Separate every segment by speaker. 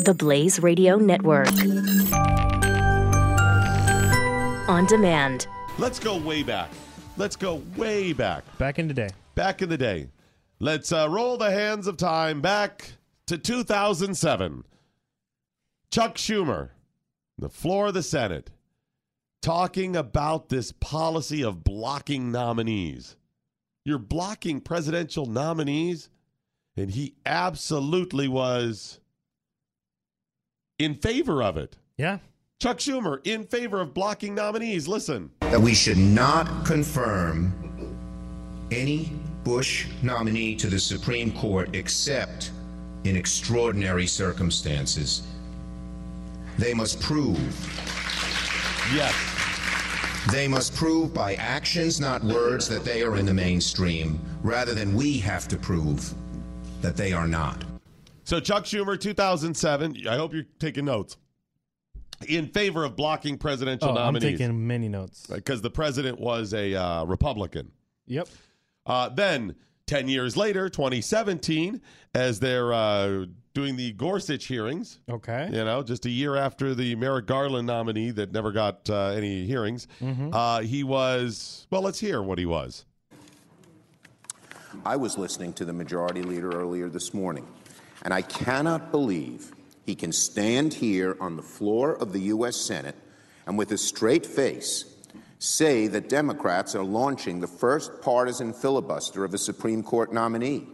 Speaker 1: The Blaze Radio Network. On demand.
Speaker 2: Let's go way back. Let's go way back.
Speaker 3: Back in today.
Speaker 2: Back in the day. Let's uh, roll the hands of time back to 2007. Chuck Schumer, the floor of the Senate, talking about this policy of blocking nominees. You're blocking presidential nominees? And he absolutely was in favor of it.
Speaker 3: Yeah.
Speaker 2: Chuck Schumer in favor of blocking nominees. Listen.
Speaker 4: that we should not confirm any Bush nominee to the Supreme Court except in extraordinary circumstances. They must prove,
Speaker 2: Yes.
Speaker 4: they must prove by actions, not words, that they are in the mainstream, rather than we have to prove that they are not.
Speaker 2: So Chuck Schumer, 2007. I hope you're taking notes. In favor of blocking presidential
Speaker 3: Oh, I'm
Speaker 2: nominees
Speaker 3: taking many notes.
Speaker 2: because the president was a uh, Republican.
Speaker 3: Yep.
Speaker 2: Uh, then, 10 years later, 2017, as they're uh, doing the Gorsuch hearings,
Speaker 3: Okay.
Speaker 2: you know, just a year after the Merrick Garland nominee that never got uh, any hearings,
Speaker 3: Mm-hmm.
Speaker 2: uh, he was, well, let's hear what he was.
Speaker 5: I was listening to the majority leader earlier this morning, and I cannot believe he can stand here on the floor of the U.S. Senate and with a straight face say that Democrats are launching the first partisan filibuster of a Supreme Court nominee.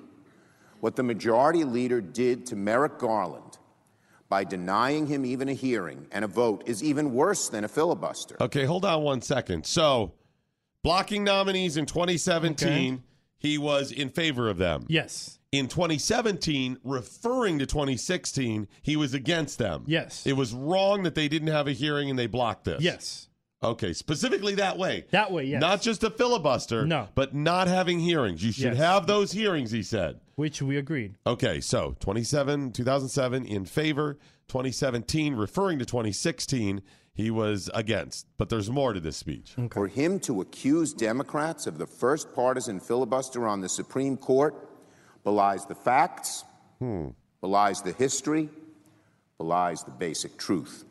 Speaker 5: What the majority leader did to Merrick Garland by denying him even a hearing and a vote is even worse than a filibuster.
Speaker 2: Okay, hold on one second. So, blocking nominees in 2017, he was in favor of them.
Speaker 3: Yes.
Speaker 2: in 2017, referring to 2016, he was against them.
Speaker 3: Yes.
Speaker 2: It was wrong that they didn't have a hearing and they blocked this.
Speaker 3: Yes.
Speaker 2: Okay, specifically that way.
Speaker 3: That way, yes.
Speaker 2: Not just a filibuster,
Speaker 3: No.
Speaker 2: but not having hearings. You should
Speaker 3: Yes.
Speaker 2: have those hearings, he said.
Speaker 3: Which we agreed.
Speaker 2: Okay, so 27, 2007 in favor, 2017 referring to 2016, he was against. But there's more to this speech.
Speaker 3: Mm.
Speaker 5: For him to accuse Democrats of the first partisan filibuster on the Supreme Court belies the facts, belies the history, belies the basic truth.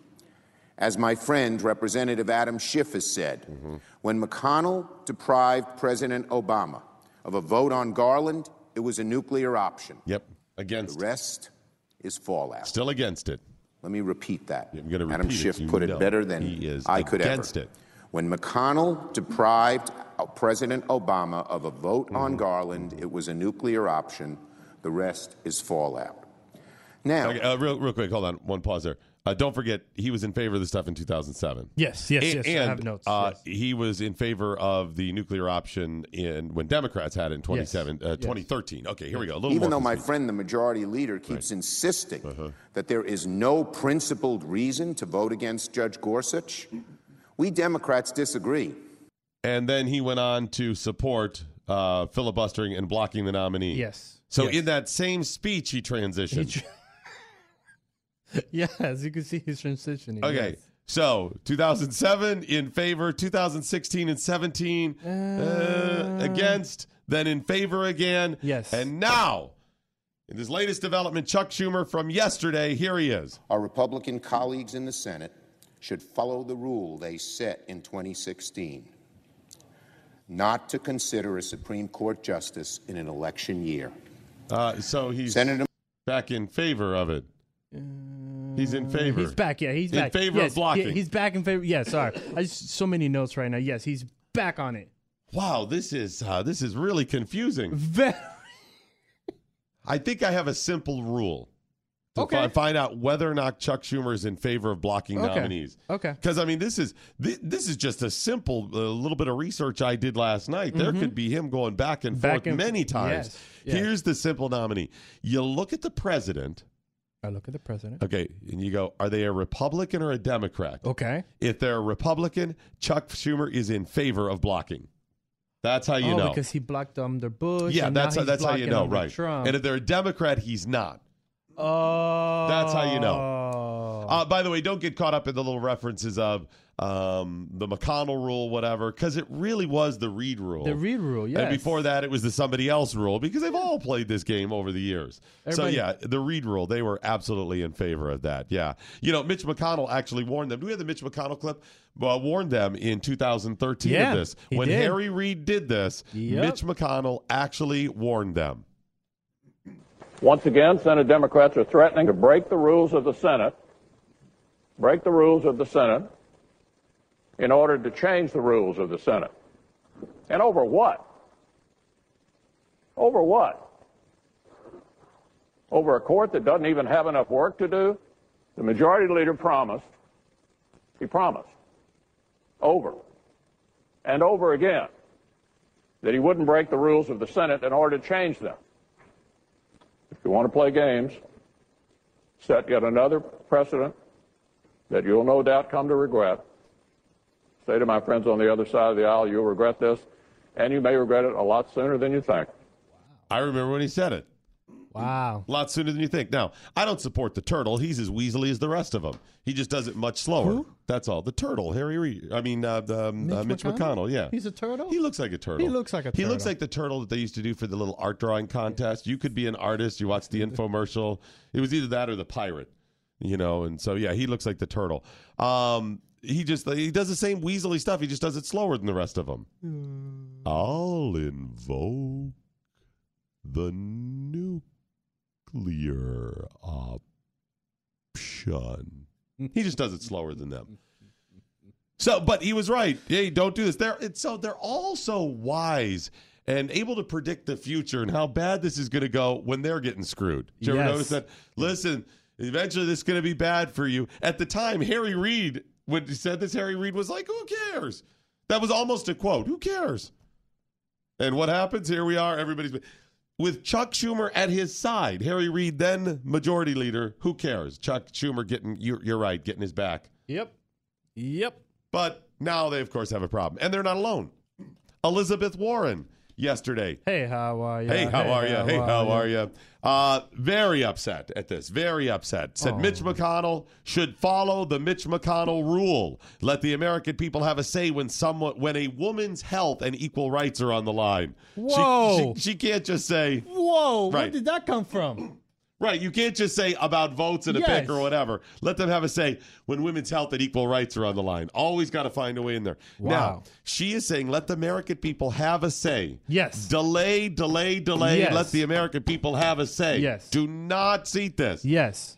Speaker 5: As my friend, Representative Adam Schiff, has said, when McConnell deprived President Obama of a vote on Garland, it was a nuclear option.
Speaker 2: Yep,
Speaker 5: The
Speaker 2: against.
Speaker 5: rest is fallout.
Speaker 2: Still against it.
Speaker 5: Let me repeat that.
Speaker 2: I'm gonna
Speaker 5: Adam
Speaker 2: repeat it
Speaker 5: Schiff
Speaker 2: so you
Speaker 5: put it
Speaker 2: know
Speaker 5: better than
Speaker 2: he is
Speaker 5: I could
Speaker 2: against
Speaker 5: ever.
Speaker 2: it.
Speaker 5: When McConnell deprived uh, President Obama of a vote on
Speaker 2: Mm-hmm.
Speaker 5: Garland, it was a nuclear option. The rest is fallout. Now,
Speaker 2: Okay, uh, real, real quick, hold on, one pause there. Uh, don't forget, he was in favor of the stuff in 2007.
Speaker 3: Yes. Yes.
Speaker 2: A-
Speaker 3: yes. I
Speaker 2: and,
Speaker 3: have notes.
Speaker 2: Uh,
Speaker 3: yes.
Speaker 2: He was in favor of the nuclear option in when Democrats had it in 27, uh, 2013. Okay, here we go. A little
Speaker 5: even
Speaker 2: more Uh-huh.
Speaker 5: though my
Speaker 2: confused.
Speaker 5: friend, the majority leader, keeps insisting that there is no principled reason to vote against Judge Gorsuch, we Democrats disagree.
Speaker 2: And then he went on to support uh, filibustering and blocking the nominee.
Speaker 3: Yes.
Speaker 2: So
Speaker 3: Yes.
Speaker 2: in that same speech, he transitioned.
Speaker 3: yeah, as you can see, he's transitioning.
Speaker 2: okay.
Speaker 3: yes.
Speaker 2: So 2007 in favor, 2016 and 17 uh, against, then in favor again.
Speaker 3: Uh. Yes.
Speaker 2: And now, in this latest development, Chuck Schumer from yesterday, here he is.
Speaker 5: Our Republican colleagues in the Senate should follow the rule they set in 2016 not to consider a Supreme Court justice in an election year.
Speaker 2: Uh, so he's
Speaker 5: Senator
Speaker 2: back in favor of it. He's in favor.
Speaker 3: Uh, He's back. Yeah, he's
Speaker 2: In
Speaker 3: back.
Speaker 2: favor of
Speaker 3: Yes, yeah,
Speaker 2: blocking.
Speaker 3: he's back in favor. Yeah, sorry. I just so many notes right now. Yes, he's back on it.
Speaker 2: Wow, this is uh, this is really confusing.
Speaker 3: Very.
Speaker 2: I think I have a simple rule to
Speaker 3: Okay.
Speaker 2: fi- find out whether or not Chuck Schumer is in favor of blocking
Speaker 3: Okay.
Speaker 2: nominees.
Speaker 3: Okay.
Speaker 2: Because I mean, this is thi- this is just a simple uh, little bit of research I did last night. There could be him going back and
Speaker 3: Mm-hmm. Back
Speaker 2: forth
Speaker 3: and-
Speaker 2: many times.
Speaker 3: yes, yes.
Speaker 2: Here's the simple nominee. You look at the president.
Speaker 3: I look at the president.
Speaker 2: Okay, and you go, are they a Republican or a Democrat?
Speaker 3: Okay.
Speaker 2: If they're a Republican, Chuck Schumer is in favor of blocking. That's how you
Speaker 3: oh,
Speaker 2: know.
Speaker 3: because he blocked um, the Bush.
Speaker 2: yeah,
Speaker 3: and now
Speaker 2: that's how,
Speaker 3: he's
Speaker 2: that's how you
Speaker 3: blocking
Speaker 2: know,
Speaker 3: under
Speaker 2: right?
Speaker 3: Trump.
Speaker 2: And if they're a Democrat, he's not.
Speaker 3: oh,
Speaker 2: That's how you know. Uh, by the way, don't get caught up in the little references of um, the McConnell rule, whatever, because it really was the Reed rule.
Speaker 3: The Reed rule,
Speaker 2: And
Speaker 3: yes.
Speaker 2: before that, it was the somebody else rule because they've all played this game over the years.
Speaker 3: Everybody-
Speaker 2: so, yeah, the Reed rule, they were absolutely in favor of that. Yeah. You know, Mitch McConnell actually warned them. Do we have the Mitch McConnell clip? Well, warned them in 2013
Speaker 3: Yeah,
Speaker 2: of this.
Speaker 3: he
Speaker 2: When
Speaker 3: did.
Speaker 2: Harry Reid did this,
Speaker 3: Yep.
Speaker 2: Mitch McConnell actually warned them.
Speaker 6: Once again, Senate Democrats are threatening to break the rules of the Senate, break the rules of the Senate, in order to change the rules of the Senate. And over what? Over what? Over a court that doesn't even have enough work to do? The majority leader promised, he promised, over and over again, that he wouldn't break the rules of the Senate in order to change them. If you want to play games, set yet another precedent that you'll no doubt come to regret. Say to my friends on the other side of the aisle, you'll regret this, and you may regret it a lot sooner than you think.
Speaker 2: I remember when he said it.
Speaker 3: Wow.
Speaker 2: A lot sooner than you think. Now, I don't support the turtle. He's as weaselly as the rest of them. He just does it much slower. That's all. The turtle, Harry Reid. I mean, uh, the, um, Mitch, uh, Mitch McConnell?
Speaker 3: McConnell?
Speaker 2: Yeah,
Speaker 3: He's a turtle?
Speaker 2: He looks like a turtle.
Speaker 3: He looks like a
Speaker 2: He looks
Speaker 3: turtle.
Speaker 2: like the turtle that they used to do for the little art drawing contest. You could be an artist. You watch the infomercial. It was either that or the pirate. You know, and so yeah, he looks like the turtle. Um, he just he does the same weaselly stuff. He just does it slower than the rest of them.
Speaker 3: Hmm.
Speaker 2: I'll invoke the nuclear uh, option. He just does it slower than them. So, but he was right. Hey, don't do this. They're it's so they're all so wise and able to predict the future and how bad this is going to go when they're getting screwed. Did you ever
Speaker 3: Yes.
Speaker 2: notice that? Listen, eventually this is going to be bad for you. At the time, Harry Reid when he said this, Harry Reid was like, "Who cares?" That was almost a quote. Who cares? And what happens? Here we are. Everybody's with Chuck Schumer at his side. Harry Reid, then majority leader. Who cares? Chuck Schumer getting you're, you're right, getting his back.
Speaker 3: Yep. Yep.
Speaker 2: But now they, of course, have a problem. And they're not alone. Elizabeth Warren yesterday.
Speaker 3: Hey, how are you?
Speaker 2: Hey, how are you? Hey, how are you? Uh, very upset at this. Very upset. Said Mitch McConnell should follow the Mitch McConnell rule. Let the American people have a say when someone when a woman's health and equal rights are on the line. She-
Speaker 3: Whoa.
Speaker 2: she, she can't just say
Speaker 3: Whoa,
Speaker 2: Right.
Speaker 3: where did that come from?
Speaker 2: Right, you can't just say about votes and a
Speaker 3: Yes.
Speaker 2: pick or whatever. Let them have a say when women's health and equal rights are on the line. Always got to find a way in there. Now,
Speaker 3: Wow.
Speaker 2: she is saying let the American people have a say.
Speaker 3: Yes.
Speaker 2: Delay, delay, delay.
Speaker 3: Yes.
Speaker 2: Let the American people have a say.
Speaker 3: Yes.
Speaker 2: Do not seat this.
Speaker 3: Yes.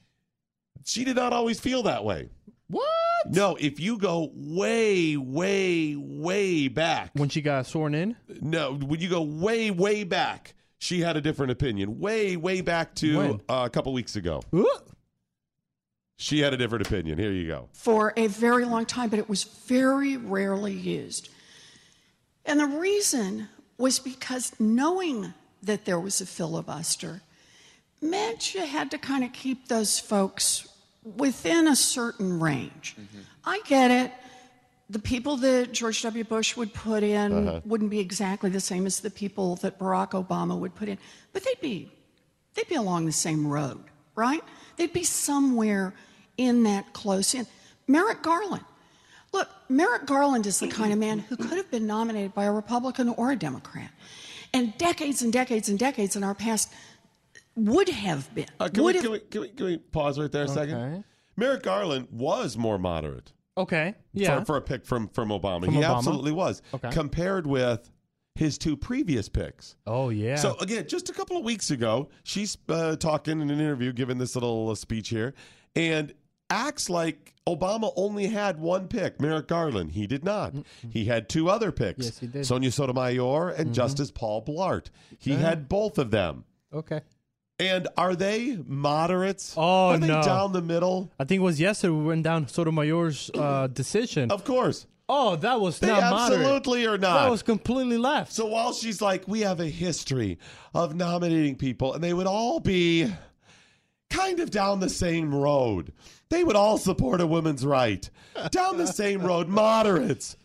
Speaker 2: She did not always feel that way.
Speaker 3: What?
Speaker 2: No, if you go way, way, way back,
Speaker 3: When she got sworn in?
Speaker 2: no, when you go way, way back, she had a different opinion. Way, way back to
Speaker 3: When?
Speaker 2: uh, a couple weeks ago.
Speaker 3: Ooh.
Speaker 2: She had a different opinion. Here you go.
Speaker 7: for a very long time, but it was very rarely used. And the reason was because knowing that there was a filibuster meant you had to kind of keep those folks within a certain range. I get it. The people that George W. Bush would put in wouldn't be exactly the same as the people that Barack Obama would put in, but they'd be they'd be along the same road, right? They'd be somewhere in that close in. Merrick Garland. Look, Merrick Garland is the kind of man who could have been nominated by a Republican or a Democrat. And decades and decades and decades in our past would have been.
Speaker 2: Uh, can, we,
Speaker 7: would have-
Speaker 2: can, we, can, we, can we pause right there a second?
Speaker 3: Okay.
Speaker 2: Merrick Garland was more moderate
Speaker 3: Okay. Yeah.
Speaker 2: for, for a pick from, from Obama.
Speaker 3: From
Speaker 2: he
Speaker 3: Obama?
Speaker 2: absolutely was.
Speaker 3: Okay.
Speaker 2: Compared with his two previous picks.
Speaker 3: oh, yeah.
Speaker 2: So, again, just a couple of weeks ago, she's uh, talking in an interview, giving this little uh, speech here, and acts like Obama only had one pick, Merrick Garland. He did not. He had two other picks
Speaker 3: Mm-hmm. Yes, he did. Mm-hmm.
Speaker 2: Sonia Sotomayor and Justice Paul Blart. He had both of them.
Speaker 3: okay.
Speaker 2: And are they moderates?
Speaker 3: Oh,
Speaker 2: are they
Speaker 3: no.
Speaker 2: down the middle?
Speaker 3: I think it was yesterday we went down Sotomayor's uh, decision.
Speaker 2: Of course,
Speaker 3: oh, that was
Speaker 2: they
Speaker 3: not moderate.
Speaker 2: absolutely are not.
Speaker 3: That was completely left.
Speaker 2: so while she's like, we have a history of nominating people, and they would all be kind of down the same road. They would all support a woman's right down the same road. Moderates.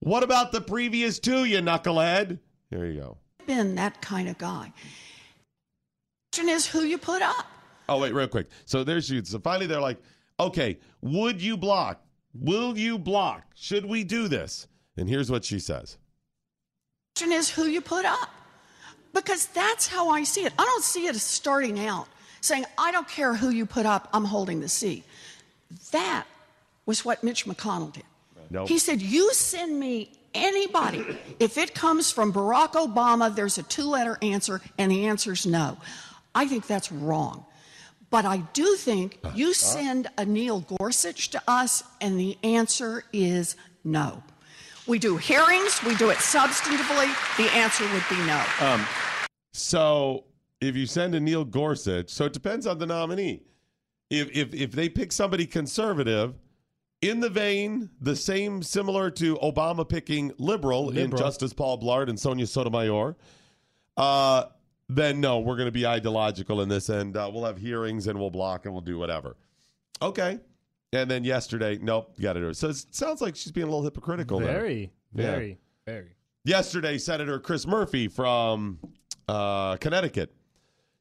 Speaker 2: What about the previous two, you knucklehead? Here you go.
Speaker 7: been that kind of guy. Question is who you put up.
Speaker 2: Oh wait, real quick. So there's you. So finally, they're like, okay, would you block? Will you block? Should we do this? And here's what she says.
Speaker 7: question is who you put up because that's how I see it. I don't see it as starting out saying, I don't care who you put up, I'm holding the seat. That was what Mitch McConnell did.
Speaker 2: Nope.
Speaker 7: He said, You send me anybody. If it comes from Barack Obama, there's a two letter answer, and the answer's no. I think that's wrong. But I do think you send a Neil Gorsuch to us, and the answer is no. We do hearings, we do it substantively. The answer would be no.
Speaker 2: So if you send a Neil Gorsuch, so it depends on the nominee. If if if they pick somebody conservative, in the vein, the same similar to Obama picking liberal, in
Speaker 3: Liberal.
Speaker 2: Justice Paul Blart and Sonia Sotomayor, uh, then no, we're going to be ideological in this, and uh, we'll have hearings and we'll block and we'll do whatever. Okay. And then yesterday, nope, you got to do it. So it sounds like she's being a little hypocritical. there.
Speaker 3: Very,
Speaker 2: Yeah.
Speaker 3: very, very.
Speaker 2: Yesterday, Senator Chris Murphy from uh, Connecticut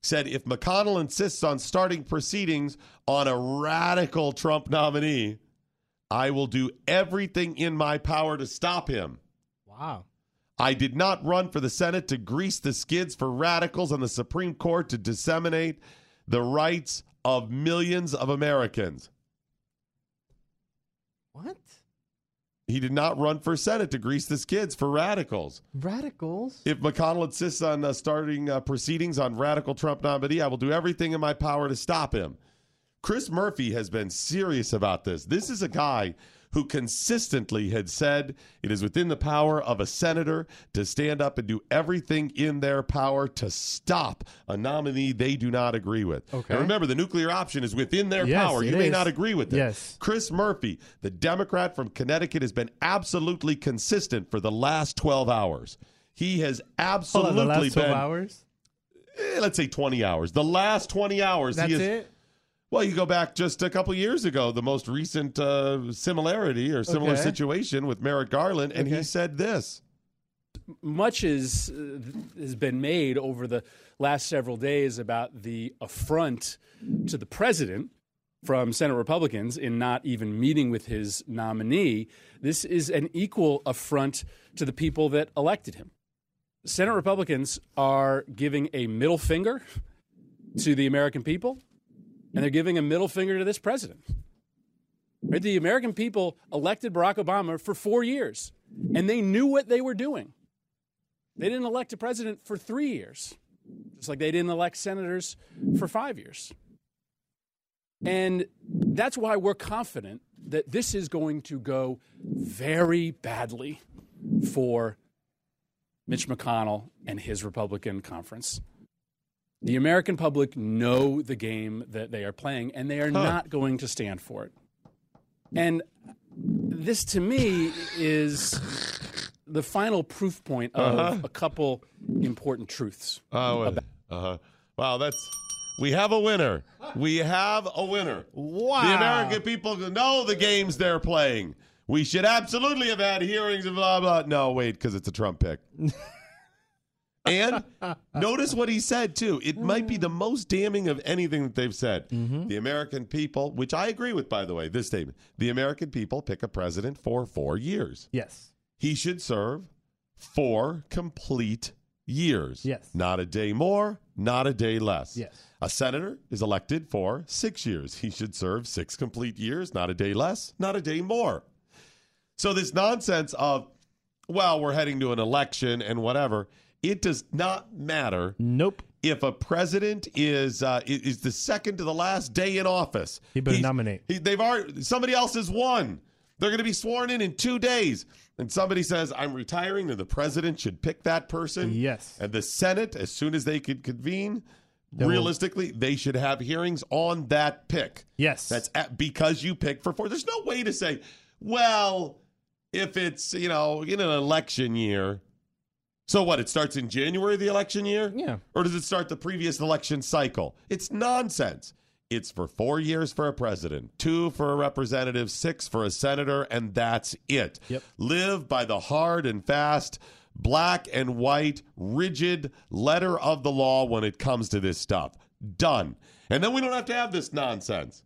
Speaker 2: said if McConnell insists on starting proceedings on a radical Trump nominee, I will do everything in my power to stop him.
Speaker 3: Wow.
Speaker 2: I did not run for the Senate to grease the skids for radicals on the Supreme Court to disseminate the rights of millions of Americans.
Speaker 3: What?
Speaker 2: He did not run for Senate to grease the skids for radicals.
Speaker 3: Radicals?
Speaker 2: If McConnell insists on uh, starting uh, proceedings on radical Trump nominee, I will do everything in my power to stop him. Chris Murphy has been serious about this. This is a guy who consistently had said it is within the power of a senator to stand up and do everything in their power to stop a nominee they do not agree with.
Speaker 3: Okay.
Speaker 2: And remember, the nuclear option is within their
Speaker 3: Yes,
Speaker 2: power.
Speaker 3: it
Speaker 2: You may
Speaker 3: is.
Speaker 2: not agree with it.
Speaker 3: Yes.
Speaker 2: Chris Murphy, the Democrat from Connecticut, has been absolutely consistent for the last 12 hours. He has
Speaker 3: Hold on,
Speaker 2: absolutely
Speaker 3: the last 12
Speaker 2: been,
Speaker 3: hours?
Speaker 2: eh, let's say 20 hours. The last 20 hours.
Speaker 3: That's
Speaker 2: he is,
Speaker 3: it?
Speaker 2: Well, you go back just a couple years ago, the most recent uh, similarity or similar
Speaker 3: Okay.
Speaker 2: situation with Merrick Garland, and he
Speaker 3: Okay.
Speaker 2: said this.
Speaker 8: much is uh, has been made over the last several days about the affront to the president from Senate Republicans in not even meeting with his nominee. This is an equal affront to the people that elected him. Senate Republicans are giving a middle finger to the American people, and they're giving a middle finger to this president. Right? The American people elected Barack Obama for four years, and they knew what they were doing. They didn't elect a president for three years, just like they didn't elect senators for five years. And that's why we're confident that this is going to go very badly for Mitch McConnell and his Republican conference. The American public know the game that they are playing, and they are not going to stand for it. And this, to me, is the final proof point of a couple important truths.
Speaker 2: Oh, uh-huh. wow, that's. We have a winner. We have a winner.
Speaker 3: Wow.
Speaker 2: The American people know the games they're playing. We should absolutely have had hearings and blah, blah. No, wait, because it's a Trump pick. and notice what he said, too. It might be the most damning of anything that they've said. The American people, which I agree with, by the way, this statement the American people pick a president for four years.
Speaker 3: Yes.
Speaker 2: He should serve four complete years.
Speaker 3: Yes.
Speaker 2: Not a day more, not a day less.
Speaker 3: Yes.
Speaker 2: A senator is elected for six years. He should serve six complete years, not a day less, not a day more. So, this nonsense of, well, we're heading to an election and whatever, it does not matter
Speaker 3: Nope.
Speaker 2: if a president is uh, i- is the second to the last day in office,
Speaker 3: He better
Speaker 2: he's-
Speaker 3: nominate.
Speaker 2: he- they've already somebody else has won. They're going to be sworn in in two days, and somebody says, "I'm retiring," and the president should pick that person.
Speaker 3: Yes.
Speaker 2: and the Senate, as soon as they could convene,
Speaker 3: will-
Speaker 2: realistically, they should have hearings on that pick.
Speaker 3: Yes.
Speaker 2: That's at, because you pick for four. There's no way to say, well, if it's you know in an election year. So what? It starts in January of the election year.
Speaker 3: Yeah.
Speaker 2: Or does it start the previous election cycle? It's nonsense. It's for four years for a president, two for a representative, six for a senator, and that's it.
Speaker 3: Yep.
Speaker 2: Live by the hard and fast, black and white, rigid letter of the law when it comes to this stuff. Done. And then we don't have to have this nonsense.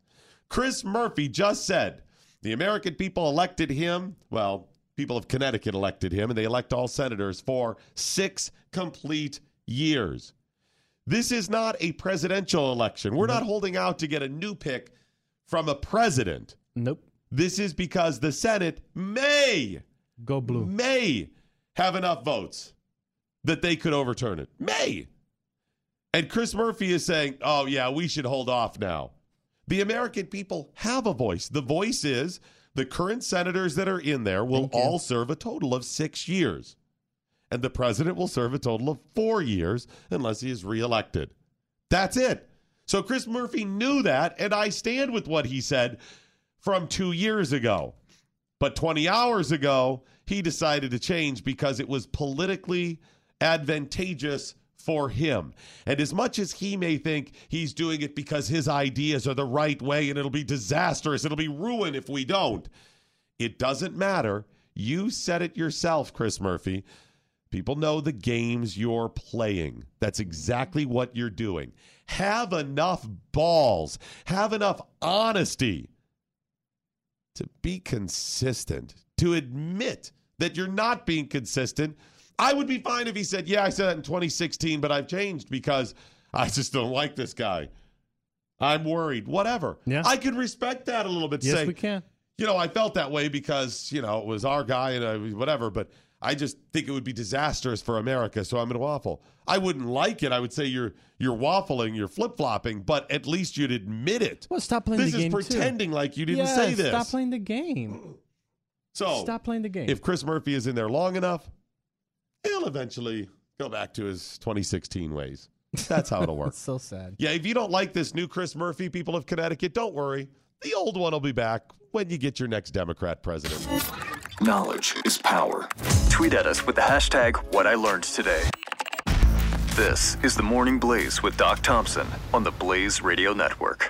Speaker 2: Chris Murphy just said the American people elected him. Well, people of Connecticut elected him, and they elect all senators for six complete years. This is not a presidential election. We're not holding out to get a new pick from a president.
Speaker 3: Nope.
Speaker 2: This is because the Senate may
Speaker 3: Go blue.
Speaker 2: may have enough votes that they could overturn it. May. And Chris Murphy is saying, oh, yeah, we should hold off now. The American people have a voice. The voice is the current senators that are in there will all serve a total of six years. And the president will serve a total of four years unless he is reelected. That's it. So Chris Murphy knew that, and I stand with what he said from two years ago. But 20 hours ago, he decided to change because it was politically advantageous for him. And as much as he may think he's doing it because his ideas are the right way and it'll be disastrous, it'll be ruin if we don't, it doesn't matter. You said it yourself, Chris Murphy. People know the games you're playing. That's exactly what you're doing. Have enough balls, have enough honesty to be consistent, to admit that you're not being consistent. I would be fine if he said, Yeah, I said that in 2016, but I've changed because I just don't like this guy. I'm worried, whatever.
Speaker 3: Yeah.
Speaker 2: I could respect that a little bit.
Speaker 3: Yes,
Speaker 2: say,
Speaker 3: we can.
Speaker 2: You know, I felt that way because, you know, it was our guy and I, whatever, but I just think it would be disastrous for America, so I'm going to waffle. I wouldn't like it. I would say you're you're waffling, you're flip flopping, but at least you'd admit it.
Speaker 3: Well, stop playing
Speaker 2: this
Speaker 3: the
Speaker 2: is
Speaker 3: game, too.
Speaker 2: pretending like you didn't
Speaker 3: yeah,
Speaker 2: say this.
Speaker 3: Stop playing the game.
Speaker 2: So
Speaker 3: Stop playing the game.
Speaker 2: if Chris Murphy is in there long enough, he'll eventually go back to his 2016 ways. That's how it'll work.
Speaker 3: That's so sad.
Speaker 2: yeah, if you don't like this new Chris Murphy, people of Connecticut, don't worry. The old one will be back when you get your next Democrat president.
Speaker 9: Knowledge is power. Tweet at us with the hashtag what I learned today. This is the Morning Blaze with Doc Thompson on the Blaze Radio Network.